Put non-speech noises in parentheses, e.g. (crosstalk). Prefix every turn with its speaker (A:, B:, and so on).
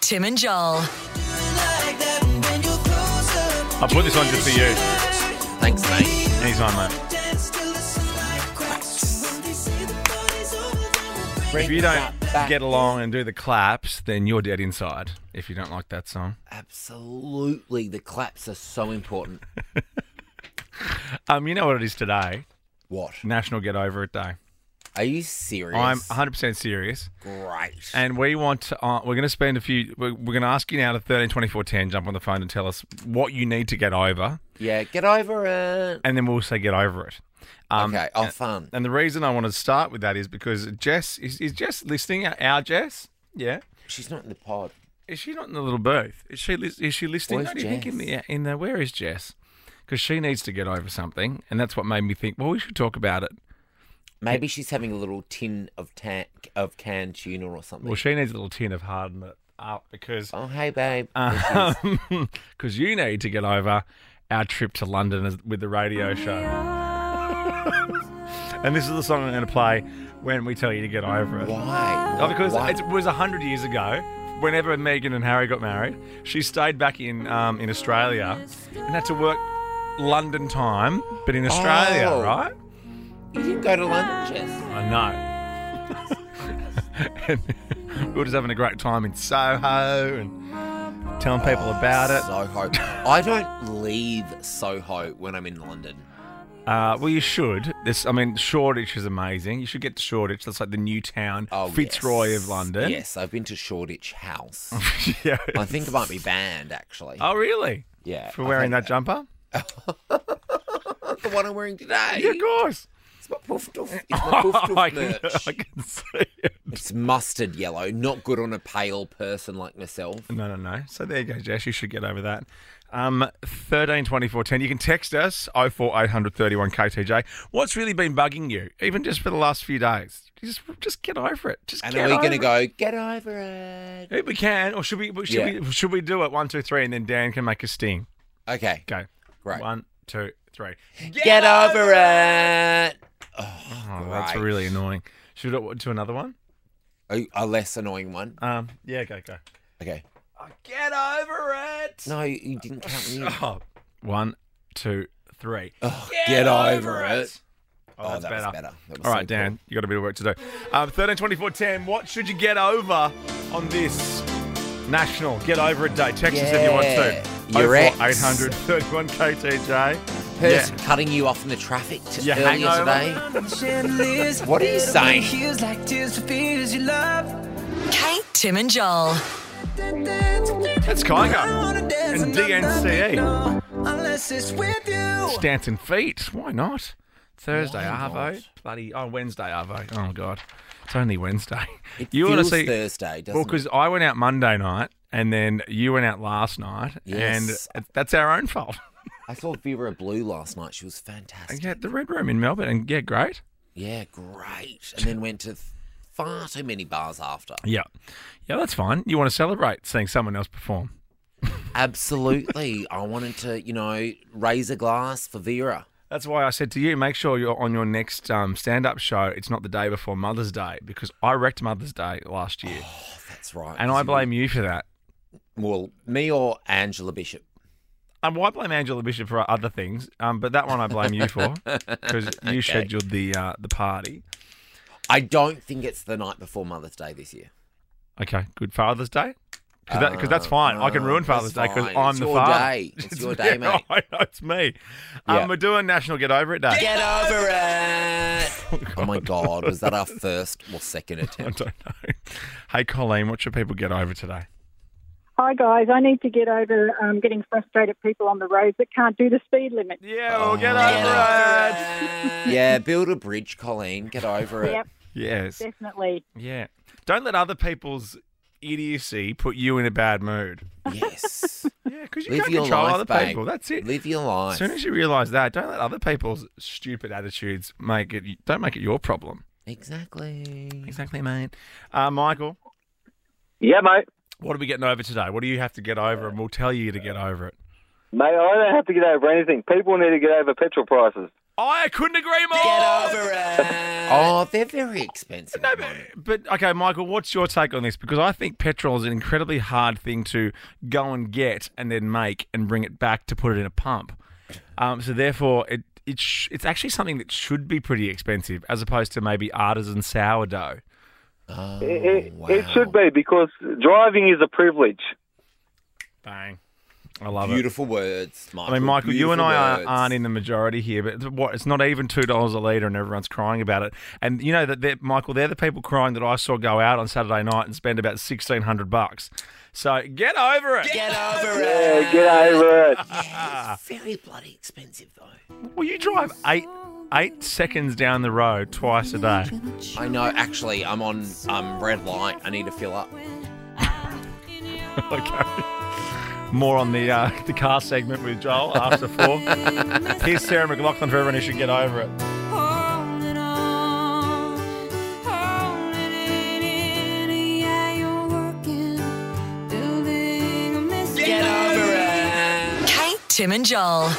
A: Tim and Joel.
B: I put this on just for you.
C: Thanks, mate.
B: He's on that.
D: (laughs)
B: If you don't get along and do the claps, then you're dead inside. If you don't like that song,
C: Absolutely, the claps are
B: (laughs)
C: so important.
B: um, you know what it is today?
C: What?
B: National Get Over It Day.
C: Are you serious?
B: I'm 100 percent serious,
C: great.
B: and we want to, uh, we're going to spend a few. We're, we're going to ask you now to 13, 24, 10. Jump on the phone and tell us what you need to get over,
C: yeah, get over it.
B: and then we'll say get over it. Um,
C: okay, oh, fun.
B: And the reason I want to start with that is because Jess is, is Jess listening. Our Jess, yeah.
C: She's not in the pod.
B: Is she not in the little booth? Is she lis- is she listening?
C: Where's
B: no, do you think in the
C: Jess?
B: in the where is Jess? Because she needs to get over something, and that's what made me think. Well, we should talk about it.
C: Maybe she's having a little tin of tan- of canned tuna or something.
B: Well, she needs a little tin of harden it up because (laughs)
C: oh, hey, babe.
B: because you need to get over our trip to London as- with the radio show. (laughs) and this is the song I'm going to play when we tell you to get over it. (laughs)
C: Why?
B: Oh, because
C: Why?
B: it was 100 years ago, whenever Megan and Harry got married, she stayed back in um, in Australia and had to work London time, but in Australia,
C: Oh.
B: right?
C: you didn't go to London, Jess.
B: I know. (laughs) and we were just having a great time in Soho and telling people about it.
C: Soho. I don't leave Soho when I'm in London.
B: Uh, well, you should. This, I mean, Shoreditch is amazing. You should get to Shoreditch. That's like the new town,
C: Oh,
B: Fitzroy
C: yes.
B: of London.
C: Yes, I've been to Shoreditch House.
B: (laughs) yeah.
C: I think it might be banned, actually.
B: Oh, really?
C: Yeah,
B: For
C: I
B: wearing that
C: think
B: jumper?
C: That's the one I'm wearing today.
B: Yeah, of course.
C: It's my poof doof.
B: (laughs)
C: It's my poof
B: I,
C: doof
B: can,
C: merch.
B: I can see it.
C: It's mustard yellow. Not good on a pale person like myself.
B: No, no, no. So there you go, Jess. You should get over that. Um, 13, 24, 10. You can text us 04800 31 KTJ. What's really been bugging you, even just for the last few days? Just, just get over it. Just
C: And
B: get
C: are we
B: over
C: going to
B: it.
C: go, get over it?
B: If we can, or should we? Should,
C: Yeah.
B: we, should we do it? One, two, three, and then Dan can make a sting.
C: Okay.
B: Go.
C: Right.
B: One, two, three.
C: Get, over it!
B: Oh, that's
C: Right.
B: really annoying. Should we do another one?
C: A, Oh, a less annoying one.
B: Um, yeah, go, go.
C: Okay.
B: Oh, Get over it.
C: No, you didn't count me in.
B: (laughs) Oh. One, two, three.
C: Ugh, get over it.
B: Oh, that's
C: that was
B: better.
C: better. That was
B: All
C: so
B: right, Dan, you got a bit of work to do. Um, 13, 24, 10. What should you get over on this national get over it day? Text us if you want to.
C: Yeah. Your ex.
B: 800 31 KTJ.
C: Person cutting you off in the traffic t-
B: Your
C: earlier
B: hangover.
C: today. What are you saying?
A: Kate, Tim and Joel.
B: That's Kygo and
C: E.
B: DNCE.
D: Unless it's with you.
B: Stanton Feet. Why not? Thursday,
C: Why
B: Arvo.
C: not?
B: Bloody. Oh, Wednesday, Arvo. Oh, God. It's only Wednesday.
C: It
B: you
C: feels
B: want to see.
C: Thursday, doesn't
B: Well, because I went out Monday night and then you went out last night.
C: Yes.
B: And that's our own fault. (laughs)
C: it? I saw Vera Blue last night. She was fantastic.
B: yeah, the Red Room in Melbourne. And yeah, great.
C: Yeah, great. And then went to far too many bars after.
B: Yeah. Yeah, that's fine. You want to celebrate seeing someone else perform.
C: Absolutely. I wanted to, you know, raise a glass for Vera.
B: That's why I said to you, make sure you're on your next um, stand up show. It's not the day before Mother's Day because I wrecked Mother's Day last year.
C: Oh, That's right.
B: and I blame you for that.
C: well, me or Angela Bishop.
B: Um, well, I blame Angela Bishop for other things, um, but that one I blame you for because
C: (laughs)
B: you scheduled the uh, the party.
C: I don't think it's the night before Mother's Day this year.
B: Okay, good Father's Day. Because that's fine. I can
C: no,
B: ruin
C: that's
B: Father's Day because
C: fine.
B: I'm
C: Oh, It's
B: the
C: your
B: father.
C: day.
B: (laughs)
C: It's your day,
B: yeah,
C: mate.
B: I know, it's me. Um,
C: Yeah.
B: We're doing National Get Over It Day. (laughs)
C: Get over it. Oh my God, was that our first or
B: (laughs)
C: second
B: I
C: attempt?
B: don't know. Hey, Colleen, what should people get over today?
E: Hi guys, I need to get over um, getting frustrated people on the roads that can't do the speed limit.
B: Yeah, we'll get
C: Yeah, build a bridge, Colleen. Get over it.
E: Yep,
B: Yes.
E: definitely.
B: Yeah. Don't let other people's idiocy put you in a bad mood.
C: Yes.
B: Yeah, because you
C: Live
B: can't
C: your
B: control
C: life,
B: other
C: babe.
B: people. That's it.
C: Live your
B: As
C: life.
B: soon as you realise that, don't let other people's stupid attitudes make it. Don't make it your problem.
C: Exactly.
B: Exactly, mate. Uh, Michael,
F: Yeah, mate.
B: what are we getting over today? What do you have to get over, and we'll tell you to get over it.
F: Mate, I don't have to get over anything. People need to get over petrol prices.
B: I couldn't agree more.
C: Get over it. Oh, they're very expensive.
B: No,
C: at the
B: but,
C: moment.
B: but okay, Michael, what's your take on this? Because I think petrol is an incredibly hard thing to go and get and then make and bring it back to put it in a pump. Um, so therefore, it it sh- it's actually something that should be pretty expensive as opposed to maybe artisan sourdough.
F: It,
C: Oh,
F: it should
C: wow.
F: be because driving is a privilege.
B: Bang. I love it.
C: Beautiful words, Michael.
B: I mean, Michael, you and
C: Beautiful
B: I are,
C: words.
B: aren't in the majority here, but it's- what it's not even two dollars a litre, and everyone's crying about it. And you know that they're- Michael, they're the people crying that I saw go out on Saturday night and spend about sixteen hundred bucks. So get over it.
C: Get over it.
F: Yeah, get over it.
C: Yeah, it's very bloody expensive though.
B: Well, you drive eight eight seconds down the road twice a day.
C: I know. Actually, I'm on um red light. I need to fill up.
B: Okay. More on the uh, (laughs) the car segment with Joel after four. Here's Sarah McLaughlin for everyone who should get over it.
G: Get
C: Get over it.
A: Kate, Tim, and Joel.